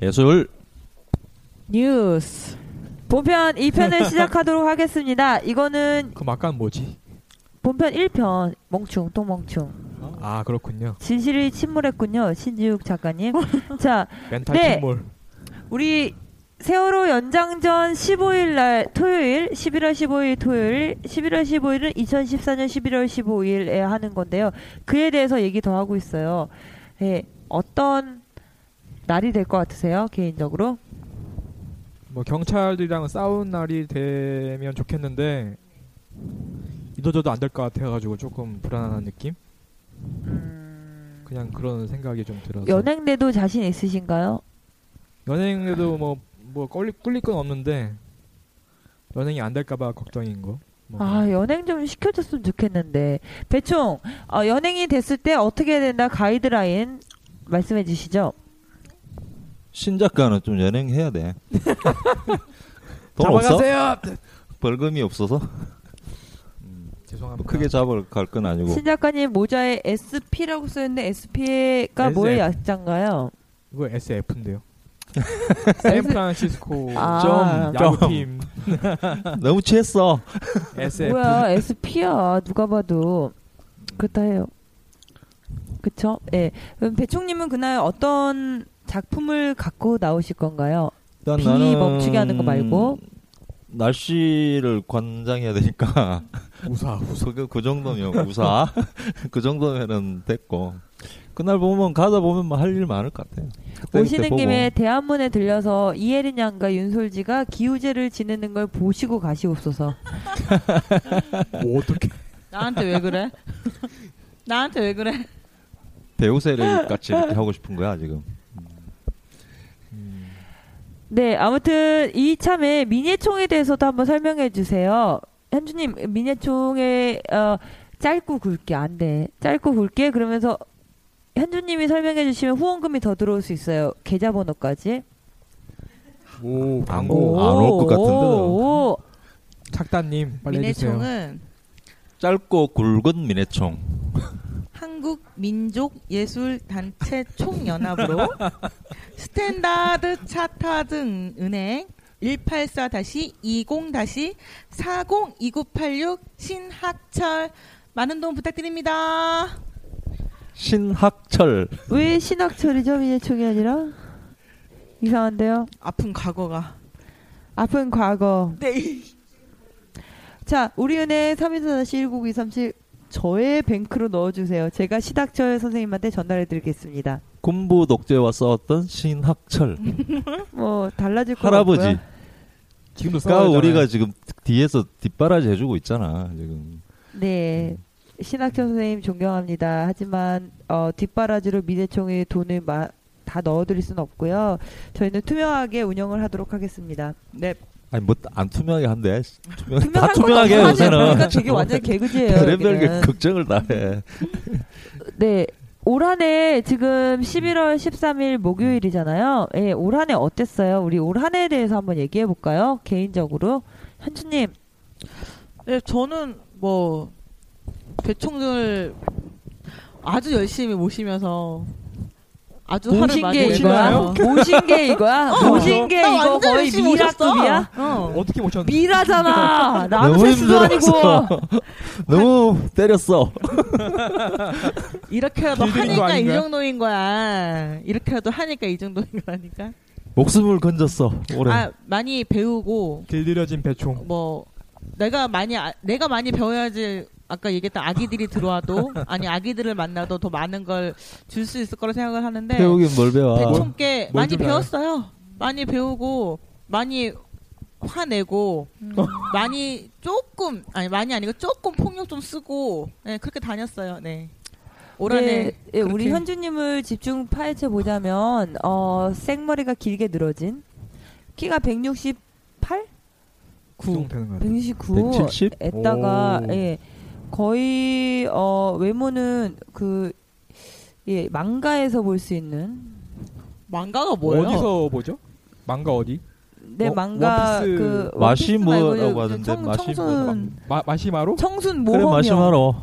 예술 뉴스 본편 2편을 시작하도록 하겠습니다 이거는 그럼 아까는 뭐지? 본편 1편 멍충 또 멍충 아 그렇군요 진실이 침몰했군요 신지욱 작가님 자 멘탈 네. 침몰 우리 세월호 연장전 15일 날 토요일 11월 15일 토요일 11월 15일은 2014년 11월 15일에 하는 건데요. 그에 대해서 얘기 더 하고 있어요. 예, 어떤 날이 될 것 같으세요? 개인적으로? 뭐 경찰들이랑 싸운 날이 되면 좋겠는데 이도저도 안 될 것 같아가지고 조금 불안한 느낌? 음, 그냥 그런 생각이 좀 들어서 연행대도 자신 있으신가요? 연행에도 뭐, 뭐 꿀릴, 꿀릴 건 없는데 연행이 안 될까봐 걱정인 거 어. 뭐. 아, 연행 좀 시켜줬으면 좋겠는데. 배총, 어, 연행이 됐을 때 어떻게 해야 된다 가이드라인 말씀해 주시죠. 신작가는 좀 연행해야 돼. 돈 없어? 잡아가세요! 벌금이 없어서 음, 뭐 어. 죄송합니다 크게 잡을 갈 건 아니고 신 작가님 모자에 SP라고 쓰였는데 SP가 뭐의 SF. 약자인가요? 이거 SF인데요 샌프란시스코 아. 점, 야구팀 너무 취했어. SF 뭐야 SP야 누가 봐도 그렇다 해요. 그쵸? 예. 그럼 배총님은 그날 어떤 작품을 갖고 나오실 건가요? 일단 비 아, 나는 멈추게 하는 거 말고. 날씨를 관장해야 되니까 우사 우사 그, 그 정도면 우사 그 정도면은 됐고 그날 보면 가다 보면 뭐 할 일 많을 것 같아요. 그때 그때 오시는 보고. 김에 대한문에 들려서 이혜린 양과 윤솔지가 기우제를 지내는 걸 보시고 가시옵소서. 뭐 어떻게 나한테 왜 그래? 나한테 왜 그래? 배우 세력 같이 이렇게 하고 싶은 거야 지금. 네, 아무튼 이참에 민예총에 대해서도 한번 설명해 주세요. 현주님, 민예총에 어, 짧고 굵게 안 돼. 짧고 굵게 그러면서 현주님이 설명해 주시면 후원금이 더 들어올 수 있어요. 계좌번호까지. 오 광고. 안올것 같은데요. 오, 착다님 빨리 해주세요 민해총은 짧고 굵은 미네총. 한국 민족 예술 단체 총연합으로 스탠다드 차타드 은행 184-20-402986 신학철 많은 도움 부탁드립니다. 신학철 왜 신학철이죠? 민예총이 아니라? 이상한데요. 아픈 과거가 아픈 과거. 네. 자, 우리은행 314-19237 저의 뱅크로 넣어주세요. 제가 시닥철 선생님한테 전달해드리겠습니다. 군부 독재와 싸웠던 신학철 뭐 달라질 거 할아버지. 지금도 그러니까 싸우잖아요. 우리가 지금 뒤에서 뒷바라지 해주고 있잖아 지금. 네. 신학철 선생님 존경합니다. 하지만 어, 뒷바라지로 미대총의 돈을 마- 다 넣어드릴 수는 없고요. 저희는 투명하게 운영을 하도록 하겠습니다. 네. 아니 뭐 안 투명하게 한대. 투명, 다 투명한 투명하게 해 것도 사실 요새는. 보니까 되게 완전 개그지예요. 별의별 게 여기는. 걱정을 다 해. 네. 올 한해 지금 11월 13일 목요일이잖아요. 예, 올 한해 어땠어요? 우리 올 한해에 대해서 한번 얘기해 볼까요? 개인적으로 현주님 네, 저는 뭐 배총을 아주 열심히 모시면서 아주 화를 모신 게 많이 이거야? 내면서 모신 게 이거야? 모신 게 나 이거 완전 거의 열심히 미라급이야? 오셨어. 어. 어떻게 모셨는데 미라잖아. 너무 남세스도 아니고. 힘들었어. 너무 때렸어. 이렇게라도 길들인 거 하니까 이 아닌가요? 정도인 거야. 이렇게라도 하니까 이 정도인 거라니까. 목숨을 건졌어 올해. 아 많이 배우고 길들여진 배총 뭐 내가 많이 아- 내가 많이 배워야지 아까 얘기했던 아기들이 들어와도 아니 아기들을 만나도 더 많은 걸 줄 수 있을 거라 생각을 네. 하는데 아. 태욱이 뭘 배워? 대충께 뭘 많이 줄 알아요? 배웠어요. 많이 배우고 많이 화내고 어. 많이 조금 아니 많이 아니고 조금 폭력 좀 쓰고 네, 그렇게 다녔어요. 네. 올한해 네, 예, 우리 그렇게. 현주님을 집중 파헤쳐 보자면 어, 생머리가 길게 늘어진 키가 168, 그 정도 되는 것 같아요. 169, 170? 에다가 오. 예, 거의 어, 외모는 그 예, 망가에서 볼 수 있는 망가가 뭐예요? 어디서 보죠? 망가 어디? 내 원- 망가 원피스 그 마시 원피스 말고 뭐라고 그 하던데, 청, 마시 청순 마, 마시마로? 청순 그래 모험형 마시마로.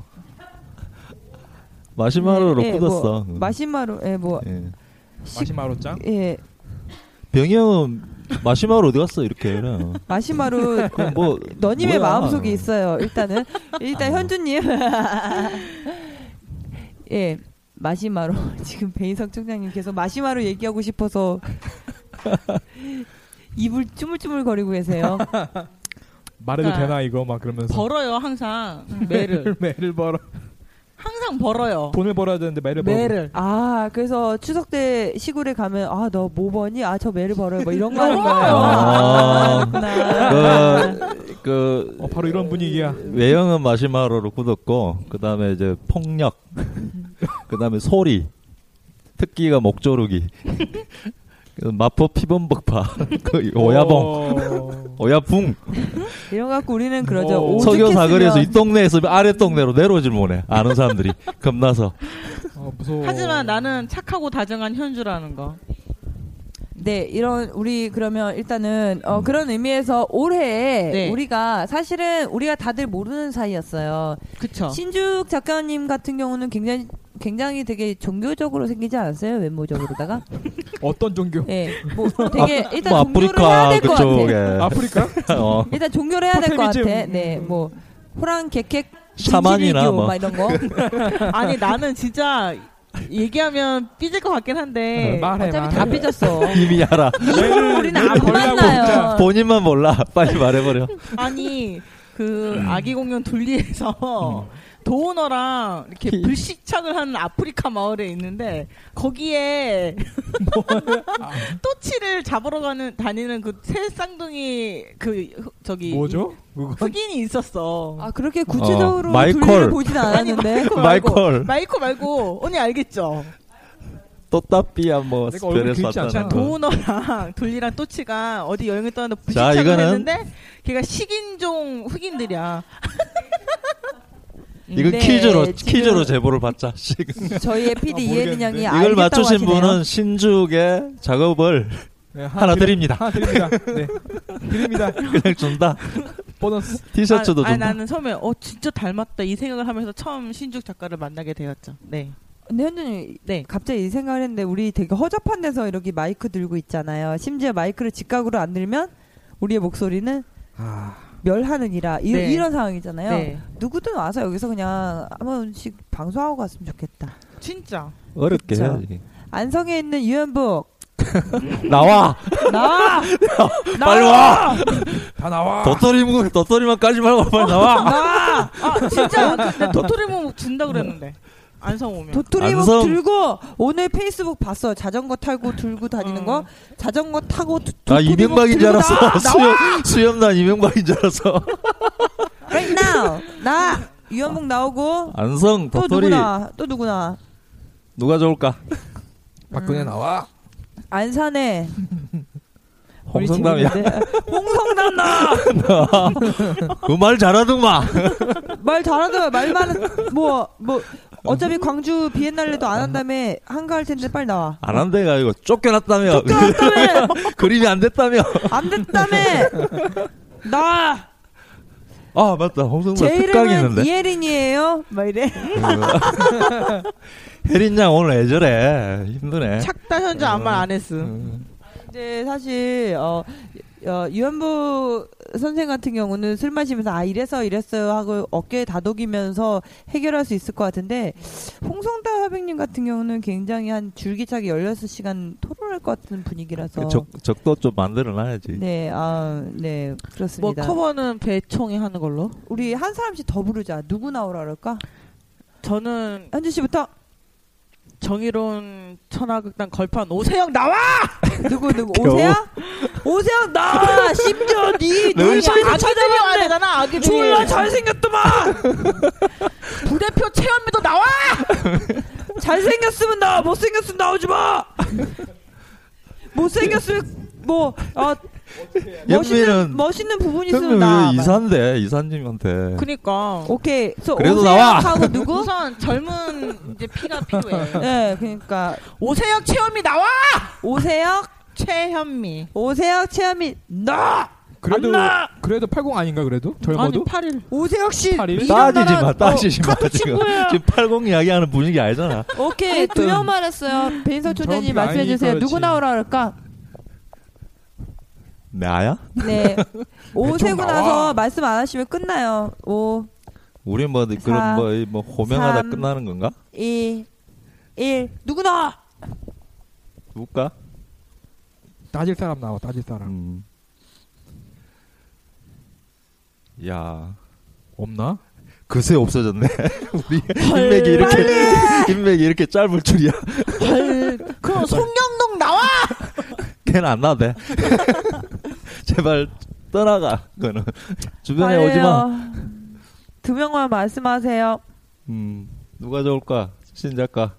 마시마로로 예, 끊었어. 뭐, 마시마로 예뭐 예. 마시마로 짱? 예, 병이 형은 마시마로 어디 갔어 이렇게. 그냥. 마시마로 그럼 뭐 너님의 뭐야. 아. 마음속에 있어요. 일단은 일단 현주님 예 마시마로 지금 배인석 총장님 계속 마시마로 얘기하고 싶어서 입을 쭈물쭈물 거리고 계세요. 말해도 그러니까 되나 이거 막 그러면서 벌어요 항상 매를 매를 벌어 항상 벌어요. 돈을 벌어야 되는데 그 매를 벌어. 매를 아 그래서 추석 때 시골에 가면 아 너 뭐 버니? 아 저 매를 벌어요. 뭐 이런 거 하는 거예요. 아. 그렇구나. 그, 그 어, 바로 이런 분위기야. 외형은 마시마로로 굳었고 그다음에 이제 폭력 그다음에 소리 특기가 목조르기 그 마포 피범벅파 그 오야봉 어. 오야붕 이런 거 갖고 우리는 그러죠. 오. 오죽했으면- 서교 뭐 사거리에서 이 동네에서 아래 동네로 내려오질 못해 아는 사람들이 겁나서 아, 무서워. 하지만 나는 착하고 다정한 현주라는 거. 네, 이런 우리 그러면 일단은 어, 그런 의미에서 올해 네. 우리가 사실은 우리가 다들 모르는 사이였어요. 그쵸? 신죽 작가님 같은 경우는 굉장히 굉장히 되게 종교적으로 생기지 않았어요 외모적으로다가 어떤 종교? 네. 예, 뭐 되게 일단 뭐 종교를 해야 아프리카 될 것 같아. 그쪽에 아프리카? 어, 일단 종교를 해야 될 것 같아. 토테미즘. 네, 뭐 호랑 개캑 샤만이나 진실교 음. 뭐 막 이런 거. 아니 나는 진짜 얘기하면 삐질 것 같긴 한데 어, 말해 어차피 말해. 다 삐졌어. 이미 알아 매를 우리는 안 벌라고 만나요. 본인만 몰라 빨리 말해버려 아니 그 음. 아기 공연 둘리에서 도너랑 이렇게 불시착을 하는 아프리카 마을에 있는데 거기에 또치를 잡으러 가는 다니는 그 새 쌍둥이 그 흐- 저기 뭐죠? 그거? 흑인이 있었어. 아 그렇게 구체적으로 어, 마이콜. 둘리를 보진 않았는데. 마이코 말고 마이콜 마이코 말고 언니 알겠죠? 또따삐야 뭐 내가 얼굴 별에서 긁지 않잖아. 왔다는 거 도너랑 둘리랑 또치가 어디 여행을 떠나는데 자, 불시착을 이거는- 했는데 걔가 식인종 흑인들이야. 아, 이건 네, 퀴즈로 지금 퀴즈로 제보를 받자. 지금 저희의 PD 아, 이혜린 양이 모르겠는데. 이걸 알겠다고 맞추신 하시네요. 아, 분은 신죽의 작업을 네, 하나 드립니다. 하나 드립니다. 네. 드립니다. 그냥 준다. 보너스. 티셔츠도 아, 아, 준다. 나는 처음에 어 진짜 닮았다 이 생각을 하면서 처음 신죽 작가를 만나게 되었죠. 네. 근데 현준이 네. 갑자기 이 생각을 했는데 우리 되게 허접한 데서 이렇게 마이크 들고 있잖아요. 심지어 마이크를 직각으로 안 들면 우리의 목소리는 아. 멸하느니라 이, 네. 이런 상황이잖아요. 네. 누구든 와서 여기서 그냥 한 번씩 방송하고 갔으면 좋겠다. 진짜. 어렵게 진짜. 해야지. 안성에 있는 유연복 나와. 나와 네. 빨리 와. 다 나와. 도토리 묵 도토리만 까지 말고 빨리 나와. 어, 나와 아 진짜. 근데 도토리묵 준다 그랬는데 안성 오면. 도토리묵 안성. 들고 오늘 페이스북 봤어 자전거 타고 들고 다니는 거 음. 자전거 타고 도, 나 도토리묵 이명박인 줄 들고 알았어. 나와. 수염 수염난 이명박인 줄 알았어. right now 나 유연복 나오고 안성 또 도토리 누구나 또 누구나 누가 좋을까? 음. 박근혜 나와. 안산에 우리 홍성남이야. 집인데. 홍성남 나말 그 말 잘하더만. 잘하더라 말만 뭐뭐 어차피 광주 비엔날레도 안 한다며 한가할 텐데 빨리 나와 안 한대가 이거 쫓겨났다며. 쫓겨났다며! 그림이 안 됐다며. 안 됐다며 나 아 맞다. 홍성남 제 특강이 이름은 있는데. 이혜린이에요 막 이래 음. 혜린 양 오늘 애절해 힘드네. 음. 착다 현주 아무 말 안 했음. 근데 사실 어 어, 유연부 선생 같은 경우는 술 마시면서 아 이래서 이랬어요 하고 어깨에 다독이면서 해결할 수 있을 것 같은데 홍성다 화백님 같은 경우는 굉장히 한 줄기차게 16시간 토론할 것 같은 분위기라서 그 적, 적도 좀 만들어놔야지. 네, 아, 네, 뭐 그렇습니다. 커버는 배총이 하는 걸로. 우리 한 사람씩 더 부르자. 누구 나오라 그럴까? 저는 현주 씨부터 정의로운 천하극단 걸판 오세영 나와! 누구 누구 겨우. 오세야? 오세영 나 심지어 니 눈이 아기들이 안 와야 찾아봤네. 되잖아 아기들이. 졸라 잘생겼더만. 부대표 최현미도 나와! 잘생겼으면 나와 못생겼으면 나오지 마 아, 못생겼으면 뭐 아, 멋있는, 현미는 멋있는 부분이 현미 있으면 나와 예, 왜 이사인데 이사님한테. 그니까. 오케이 so 그래도 오세영 나와. 하고 누구? 어, 우선 젊은 이제 피가 예 필요해. 네, 그러니까 오세영 최현미 나와! 오세혁 최현미. 오세혁 최현미 나 그래도 그래도 80 아닌가 그래도 아니 젊어도 8일. 오세혁 씨 팔일? 따지지 미련나라- 어, 마, 따지지 마. 카톡 지금, 친구야. 지금 80 이야기하는 분위기 알잖아. 오케이 두 명 말했어요 배인석 총장님 정확히 말씀해 주세요 아니니까 누구 그렇지. 나오라 그럴까? 나야? 네 오세고 나와. 나서 말씀 안 하시면 끝나요 오 우리 뭐, 사, 그런 뭐, 이뭐 호명하다 삼. 끝나는 건가? 2 1 누구 나와? 누굴까? 따질 사람 나와 따질 사람 음. 야. 없나? 그새 없어졌네. 우리 인맥이 이렇게 인맥이 이렇게 짧을 줄이야. 그럼 송영동 나와! 걔는 안 나대. 제발 떠나가. 그는 주변에 빨리요. 오지 마. 두 명만 말씀하세요. 음. 누가 좋을까? 신작가.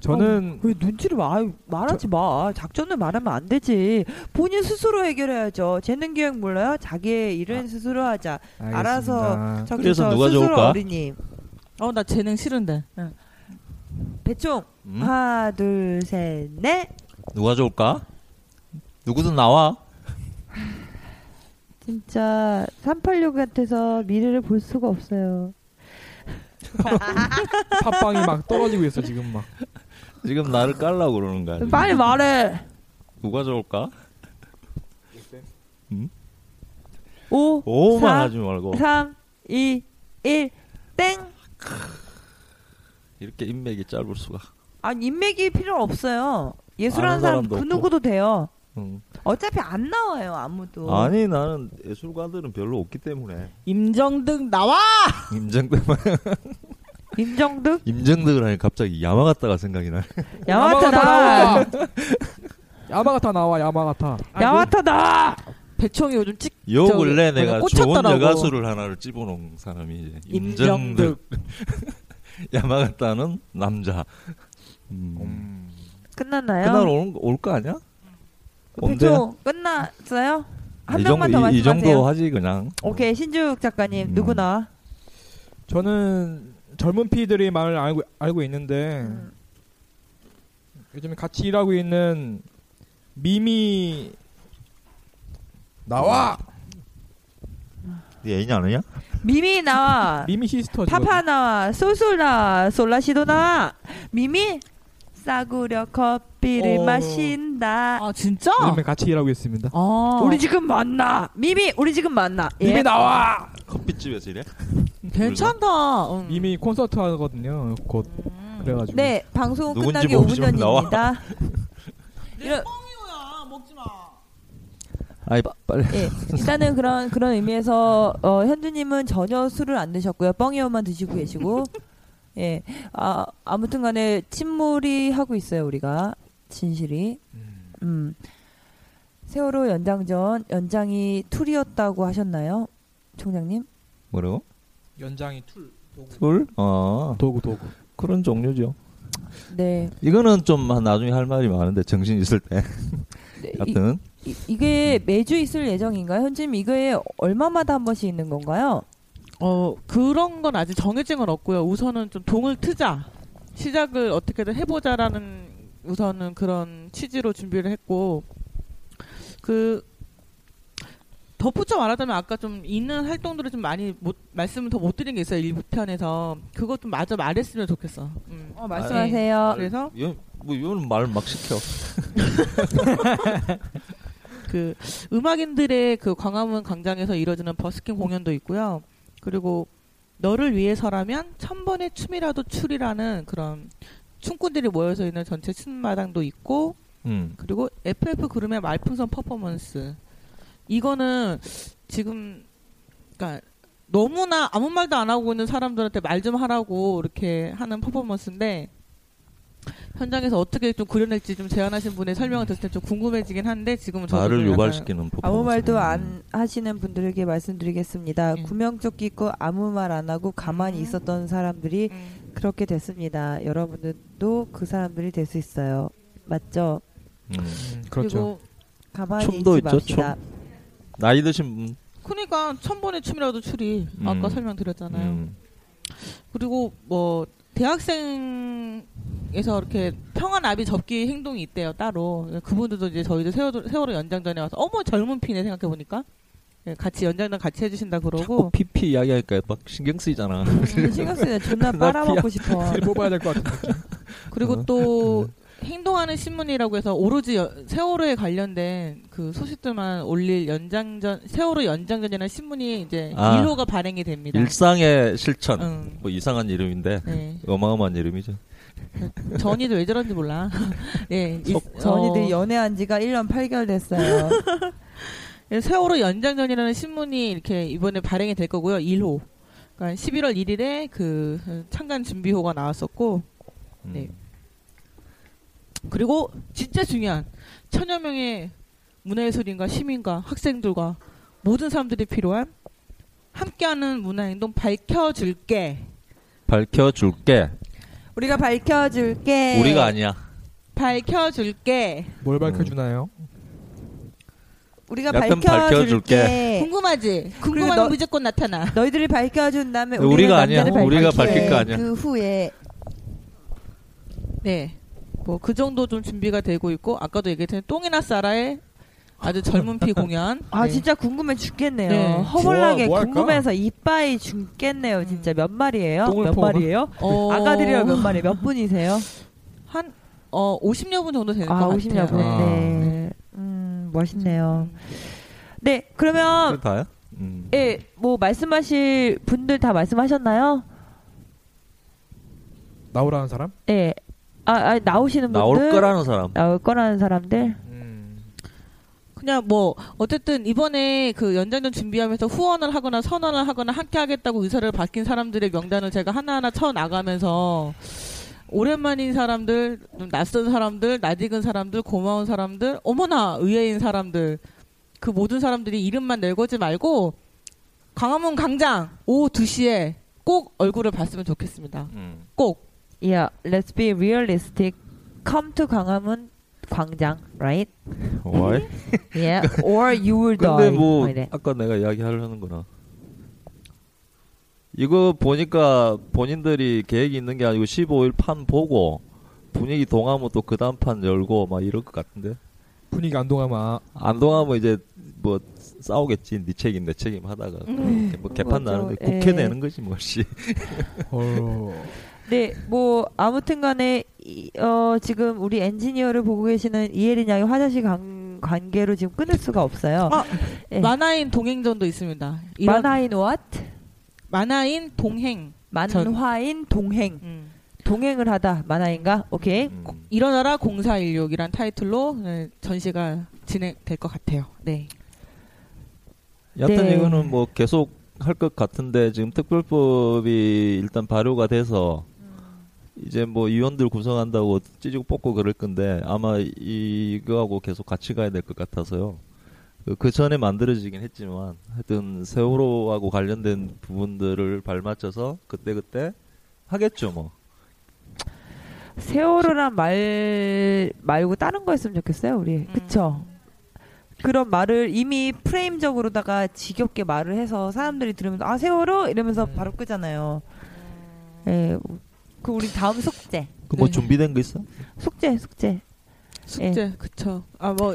저는 왜 눈치를 마, 말하지 마. 작전을 말하면 안 되지. 본인 스스로 해결해야죠. 재능 기획 몰라요? 자기의 일은 스스로 하자. 알겠습니다. 아. 알아서 저기 그래서 저 누가 스스로 좋을까? 어린이. 어, 나 재능 싫은데. 배총. 음? 하나, 둘, 셋, 넷. 누가 좋을까? 누구든 나와. 진짜 386 같아서 미래를 볼 수가 없어요. 팟빵이 막 떨어지고 있어 지금 막 지금 나를 깔라고 그러는 거야. 빨리 말해. 누가 좋을까? 오, 오만 사, 하지 말고 3, 2, 1, 땡. 이렇게 인맥이 짧을 수가. 아, 인맥이 필요 없어요. 예술하는 아는 사람 사람도 그 없고. 누구도 돼요. 음. 어차피 안 나와요 아무도. 아니 나는 예술가들은 별로 없기 때문에 임정등 나와! 임정득 임정득 임정득을 하니 갑자기 야마갔다가 생각이 나. 음, 야마타다 야마가타 나와 야마가타 야마타다. 배총이 요즘 찍, 요 저기, 근래 내가 좋은 꽂혔더라고. 여가수를 하나를 집어놓은 사람이 이제 임정득 임정득. 야마가타는 남자. 음. 음. 끝났나요? 그날 올거 아니야? 언제? 배초 끝났어요? 한 이 명만 더 정도 이, 이 말씀하세요. 정도 하지 그냥. 오케이 신주욱 작가님 음. 누구 나와? 저는 젊은 피들이 많이 알고 알고 있는데 음. 요즘에 같이 일하고 있는 미미 나와 네 애인 아니야? 미미 나와. 미미 시스터 아. 파파 나와. 소솔 나와. 솔라시도 나와. 음. 미미 싸구려 커피를 어. 마신다. 아, 진짜? 어. 요즘에 같이 일하고 있습니다. 아, 우리 지금 만나. 미미 우리 지금 만나. 예. 나와 커피집에서 이래? 괜찮다. 음. 응. 미미 콘서트 하거든요. 곧 그래가지고 음. 네 방송 누군지 끝나기 모르지만 5분 나와. 전입니다. 이런- 아, 먹지 마. 아이 빨리. 예, 일단은 그런 그런 의미에서 어, 현주님은 전혀 술을 안 드셨고요, 뻥이어만 드시고 계시고, 예, 아 아무튼간에 침몰이 하고 있어요 우리가 진실이. 음, 세월호 연장전 연장이 툴이었다고 하셨나요, 총장님? 뭐라고? 연장이 툴 둘? 어 도구 도구 그런 종류죠. 네, 이거는 좀 나중에 할 말이 많은데 정신 있을 때. 네, 이, 하여튼 이, 이게 매주 있을 예정인가요, 현주님? 이게 얼마마다 한 번씩 있는 건가요? 어, 그런 건 아직 정해진 건 없고요. 우선은 좀 동을 트자. 시작을 어떻게든 해보자라는 우선은 그런 취지로 준비를 했고, 그, 덧붙여 말하자면 아까 좀 있는 활동들을 좀 많이 못, 말씀을 더 못 드린 게 있어요. 일부편에서. 그거 좀 마저 말했으면 좋겠어. 음. 어, 예, 말씀하세요. 그래서 이건 뭐 이거는 말을 막 시켜. 그 음악인들의 그 광화문 광장에서 이뤄지는 버스킹 공연도 있고요. 그리고 너를 위해서라면 천 번의 춤이라도 추리라는 그런 춤꾼들이 모여서 있는 전체 춤마당도 있고 음. 그리고 FF 그룹의 말풍선 퍼포먼스. 이거는 지금 그러니까 너무나 아무 말도 안 하고 있는 사람들한테 말 좀 하라고 이렇게 하는 퍼포먼스인데 현장에서 어떻게 좀 그려낼지 좀 제안하신 분의 설명을 들을 때 좀 궁금해지긴 한데 지금은 저도 나를 좀 약간 유발시키는 포 아무 말도 안 하시는 분들에게 말씀드리겠습니다. 예. 구명조끼 입고 아무 말 안 하고 가만히 음. 있었던 사람들이 음, 그렇게 됐습니다. 여러분들도 그 사람들이 될 수 있어요. 맞죠? 음, 그렇죠. 그리고 가만히 춤도 있지 있죠, 맙시다. 나이 드신 분. 그러니까 천 번의 춤이라도 추리 음. 아까 설명드렸잖아요. 음. 그리고 뭐 대학생에서 이렇게 평화 나비 접기 행동이 있대요 따로 그분들도 이제 저희도 세월호, 세월호 연장전에 와서 어머 젊은 피네 생각해 보니까 예, 같이 연장전 같이 해주신다 자꾸 그러고 PP 이야기하니까 막 신경 쓰이잖아. 음, 신경 쓰네. 존나 나 빨아먹고 싶어. 뽑아야 될 것 같은데. 그리고 또 행동하는 신문이라고 해서 오로지 여- 세월호에 관련된 그 소식들만 올릴 연장전 세월호 연장전이라는 신문이 이제 아. 1호가 발행이 됩니다. 일상의 실천. 응. 뭐 이상한 이름인데 네. 어마어마한 이름이죠. 전이도 왜 저런지 몰라. 네. 이- 전이들이 어. 연애한 지가 1년 8개월 됐어요. 예, 세월호 연장전이라는 신문이 이렇게 이번에 발행이 될 거고요. 1호. 그러니까 11월 1일에 그 창간 준비호가 나왔었고 음. 네. 그리고 진짜 중요한 천여 명의 문화예술인과 시민과 학생들과 모든 사람들이 필요한 함께하는 문화행동 밝혀줄게 밝혀줄게. 우리가 밝혀줄게. 우리가 아니야. 밝혀줄게 뭘 밝혀주나요? 우리가 약간 밝혀줄게. 밝혀줄게. 궁금하지 네. 그리고 궁금하면 너- 무조건 나타나 너희들이 밝혀준 다음에 우리가 우리가, 아니야. 남자를 우리가 밝힐게. 밝힐 거 아니야. 그 후에 네. 뭐 그 정도 좀 준비가 되고 있고 아까도 얘기했던 똥이나 싸라의 아주 젊은 피 공연. 아 네. 진짜 궁금해 죽겠네요. 네. 허벌나게 뭐, 뭐 할까? 궁금해서 이빠이 죽겠네요. 진짜 몇 마리예요? 똥을 몇 퍼오나? 마리예요? 어, 아가들이랑 몇 마리? 몇 분이세요? 한 어, 50여 분 정도 네, 되는 아 것 50여 분. 같아요. 네. 음 멋있네요. 네 그러면 그게 다야? 음. 예 뭐 말씀하실 분들 다 말씀하셨나요? 나오라는 사람? 예. 아, 아, 나오시는 분들 나올 거라는 사람. 나올 거라는 사람들 음. 그냥 뭐 어쨌든 이번에 그 연장전 준비하면서 후원을 하거나 선언을 하거나 함께 하겠다고 의사를 밝힌 사람들의 명단을 제가 하나하나 쳐 나가면서 오랜만인 사람들, 좀 낯선 사람들, 낯익은 사람들, 고마운 사람들, 어머나 의외인 사람들 그 모든 사람들이 이름만 내고지 말고 광화문 광장 오후 2시에 꼭 얼굴을 봤으면 좋겠습니다. 음. 꼭. Yeah, let's be realistic. Come to 광화문 광장, right? Why? Yeah, 예, or you will 그러니까 근데 die. 뭐 막 이래. 아까 내가 이야기하려는 거나 이거 보니까 본인들이 계획이 있는 게 아니고 15일 판 보고 분위기 동하면 또 그 다음 판 열고 막 이럴 것 같은데 분위기 안 동하면 아, 안 동하면 이제 뭐 싸우겠지 네 책임 내 책임 하다가 이렇게 뭐 개판 음. 맞아. 나는데 예. 국회 내는 거지 뭐씨 어, 네, 뭐 아무튼간에 이- 어, 지금 우리 엔지니어를 보고 계시는 이혜린 양이 화장실 관, 관계로 지금 끊을 수가 없어요. 아, 예. 만화인 동행전도 있습니다. 이런 만화인 what? 만화인 동행. 만화인 동행. 음. 동행을 하다. 만화인가? 오케이. 음. 일어나라 0416이란 타이틀로 네, 전시가 진행될 것 같아요. 네. 여튼 네. 이거는 뭐 계속 할 것 같은데 지금 특별법이 일단 발효가 돼서 이제 뭐 위원들 구성한다고 찌지고 뽑고 그럴 건데 아마 이거하고 계속 같이 가야 될 것 같아서요. 그- 그 전에 만들어지긴 했지만 하여튼 세월호하고 관련된 부분들을 발맞춰서 그때그때 하겠죠 뭐. 세월호란 말 말고 다른 거 했으면 좋겠어요, 우리. 그쵸? 그런 말을 이미 프레임적으로다가 지겹게 말을 해서 사람들이 들으면서 아 세월호 이러면서 바로 끄잖아요. 예, 그 우리 다음 숙제, 그 뭐 네. 준비된 거 있어? 숙제, 숙제. 숙제 예. 그쵸. 아뭐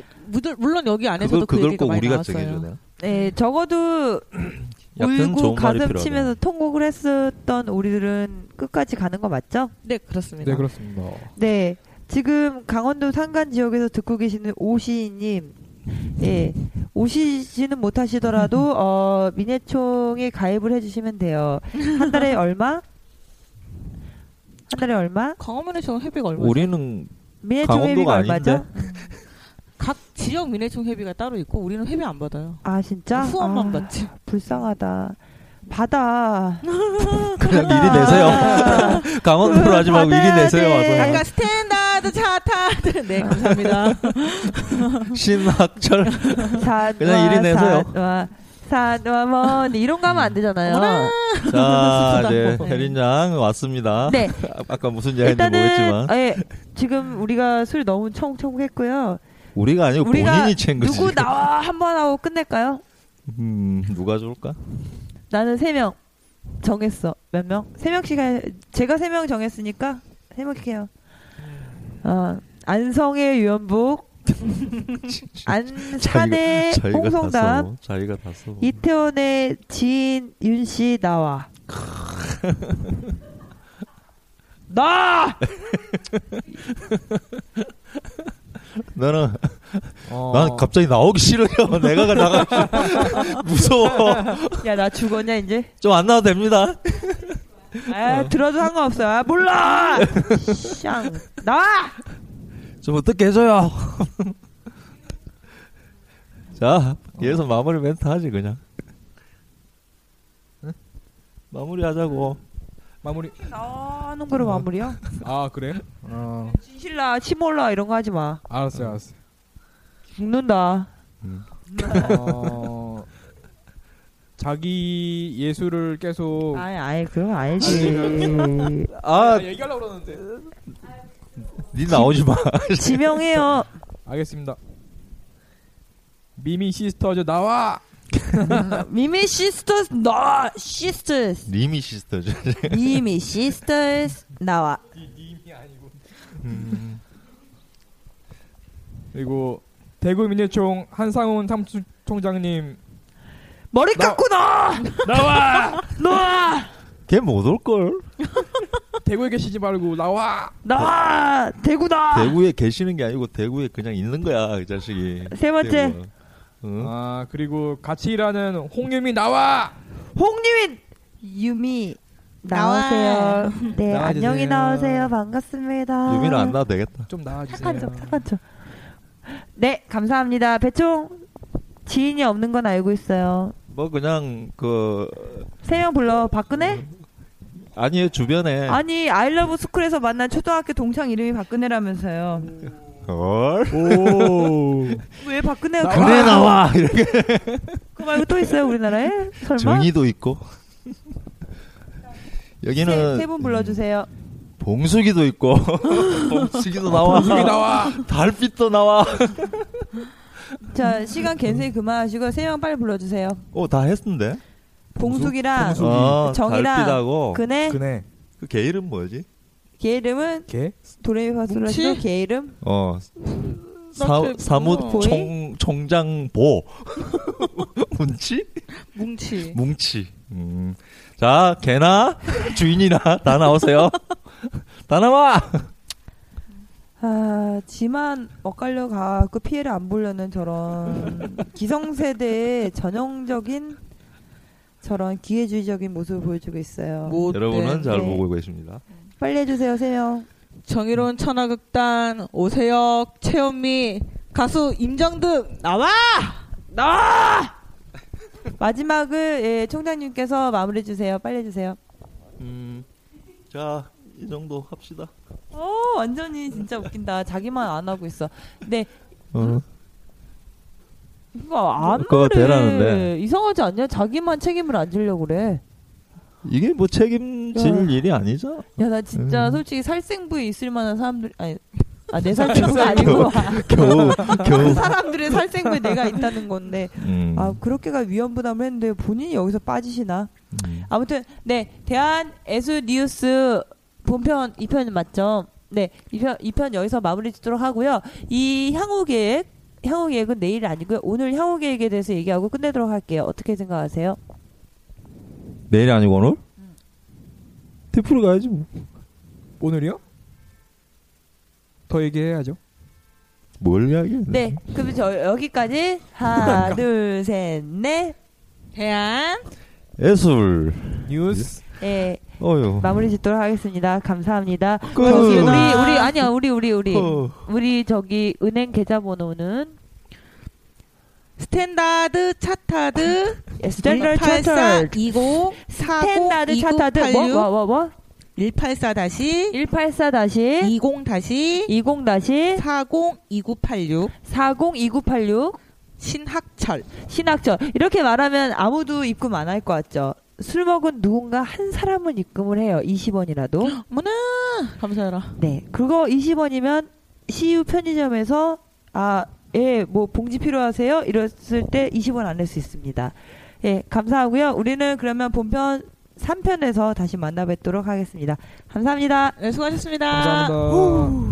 물론 여기 그걸 안에서도 그 그걸 얘기가 꼭 많이 우리가 정해줘야 돼. 나왔어요. 예, 음. 적어도 여튼 울고 좋은 가슴 말이 필요하다. 치면서 통곡을 했었던 우리들은 끝까지 가는 거 맞죠? 네 그렇습니다. 네 그렇습니다. 네. 지금 강원도 산간 지역에서 듣고 계시는 오시님 예. 오시지는 못하시더라도 어, 민해총에 가입을 해주시면 돼요. 한 달에 얼마? 한 달에 얼마? 강화문해총 회비가 얼마죠? 우리는 민해총 회비가 강원도가 얼마죠? 아닌데 각 지역 민해총 회비가 따로 있고 우리는 회비 안 받아요. 아 진짜? 후원만 아, 받지. 불쌍하다. 받아. 그냥 일이 내세요. 강원도로 하지 말고 일이 받아야 내세요. 돼. 와서 약간 스탠다드 차타. 네 감사합니다. 신학철 산, 그냥 와, 일이 내세요. 산, 와, 산, 와, 뭐, 이런 거 하면 안 되잖아요. 음. 자, 네, 수다. 혜린 양 왔습니다. 네. 아, 아까 무슨 이야기인지 일단은 모르겠지만 예, 지금 우리가 술 너무 청청했고요. 우리가 아니고 우리가 본인이 챈 거지. 누구 나와 한 번 하고 끝낼까요? 음, 누가 좋을까? 나는 세 명 정했어. 몇 명? 세 명씩 할, 제가 세 명 정했으니까 세 명씩해요. 어, 안성의 유연복, 안산의 자기가 네. 홍성담, 다써. 자기가 다써. 이태원의 지인 윤 씨 나와. 나! 나는 어, 난 갑자기 나오기 싫어요. 내가 가 나가 무서워. 야, 나 죽었냐, 이제? 좀 안 나와도 됩니다. 아, 들어도 상관없어. 아, 몰라! 샹. 나와! 좀 어떻게 해줘요. 자, 여기서 마무리 멘트 하지 그냥. 마무리하자고. 마무리. 나는 거로 마무리야? 아 그래? 어, 진실라, 치몰라, 이런 거 하지 마. 알았어요, 알았어요. 죽는다. 어, 자기 예술을 계속 아예, 아예, 그럼 알지. 아, 얘기하려고 그러는데. 니 나오지 마. 지명해요. 알겠습니다. 미미 시스터 저 나와. 미미 시스터스 나와 시스터스 리미 시스터죠. 미미 시스터스 나와 음. 그리고 대구 민예총 한상훈 삼총장님 머리 깎고 나와! 나와. 나와! 걔 못 올 걸. 대구에 계시지 말고 나와. 나와! 대구다! 대구에 계시는 게 아니고 대구에 그냥 있는 거야 이 자식이. 세 번째. 대구가. 응? 아 그리고 같이 일하는 홍유미 나와. 홍유민! 유미. 나오세요. 네, 나와주세요. 안녕히 나오세요. 반갑습니다. 유미는 안 나와도 되겠다. 좀 나와주세요. 한점 한점. 네, 감사합니다. 배총 지인이 없는 건 알고 있어요. 뭐 그냥 그 세 명 불러 박근혜? 아니에요 네. 주변에. 아니 아이러브 스쿨에서 만난 초등학교 동창 이름이 박근혜라면서요. 헐. 오. 왜 박근혜가? 나- 그래 나와. 이렇게. 그거 말고 또 있어요 우리나라에? 설마? 정의도 있고. 여기는 음, 세분 불러주세요. 봉숙이도 있고 봉숙이도 나와. 홍유미 나와. 달빛도 나와. 자 시간 갠세 그만하시고 세 명 빨리 불러주세요 어다 했는데. 봉숙이랑 어, 봉숙이. 어, 그 정이랑 달빛하고 그... 그네 그네. 걔 이름 뭐지? 걔 이름은 걔? 도레미파솔라시도 뭉치? 걔 이름 어. 사, 쟤 사무 몰라. 총, 총장 보. 문치? 뭉치. 뭉치. 음. 자, 개나 주인이나 다 나오세요. 다 나와. 네, 아 지만 엇갈려 가고 피해를 안 보려는 저런 기성세대의 전형적인 저런 기회주의적인 모습을 보여주고 있어요 못된. 뭐, 여러분은 잘 네. 보고 계십니다. 빨리 해주세요 세명 정의로운 천하극단 오세혁 최현미 가수 임정득 나와 나와 마지막을 예, 총장님께서 마무리해 주세요 빨리 해주세요 음. 자, 이 정도 합시다. 오 어, 완전히 진짜 웃긴다 자기만 안 하고 있어 근데 어. 이거 안 그거 그래 대라는데. 이상하지 않냐 자기만 책임을 안 지려고 그래 이게 뭐 책임질 야. 일이 아니죠? 야 나 진짜 음. 그 솔직히 살생부에 있을 만한 사람들 아니 아, 내 살생부가 아니고 겨우, 다른 겨우. 아. 사람들의 살생부에 내가 있다는 건데 음. 아 그렇게가 위험 부담을 했는데 본인이 여기서 빠지시나 음. 아무튼 네 대한 예술 뉴스 본편 2편 맞죠? 네 2편 2편 여기서 마무리 짓도록 하고요. 이 향후 계획 향후 계획은 내일 아니고요. 오늘 향후 계획에 대해서 얘기하고 끝내도록 할게요. 어떻게 생각하세요? 내일이 아니고 오늘? 테프로 가야지 뭐. 오늘이요? 더 얘기해야죠. 뭘 이야기해? 네, 그럼 저 여기까지 하나, 둘, 셋, 넷. 해안 예술. 뉴스 예, 어휴. 마무리 짓도록 하겠습니다. 감사합니다. 끝. 저기 우리 우리 아니야 우리 우리 우리 어. 우리 저기 은행 계좌번호는 스탠다드 차타드 네, 스탠다드 차타드 20 스탠다드 차타드 뭐뭐뭐 뭐? 184 다시 184 다시 20 다시 20 다시 40 2986 40 2986 신학철 신학절 이렇게 말하면 아무도 입금 안 할 것 같죠. 술 먹은 누군가 한 사람은 입금을 해요. 20원이라도. 어머나 감사해라 네. 그거 20원이면 CU 편의점에서 아, 예, 뭐 봉지 필요하세요? 이랬을 때 20원 안 낼 수 있습니다. 예, 감사하고요. 우리는 그러면 본편 3편에서 다시 만나 뵙도록 하겠습니다. 감사합니다. 네, 수고하셨습니다 아, 감사합니다.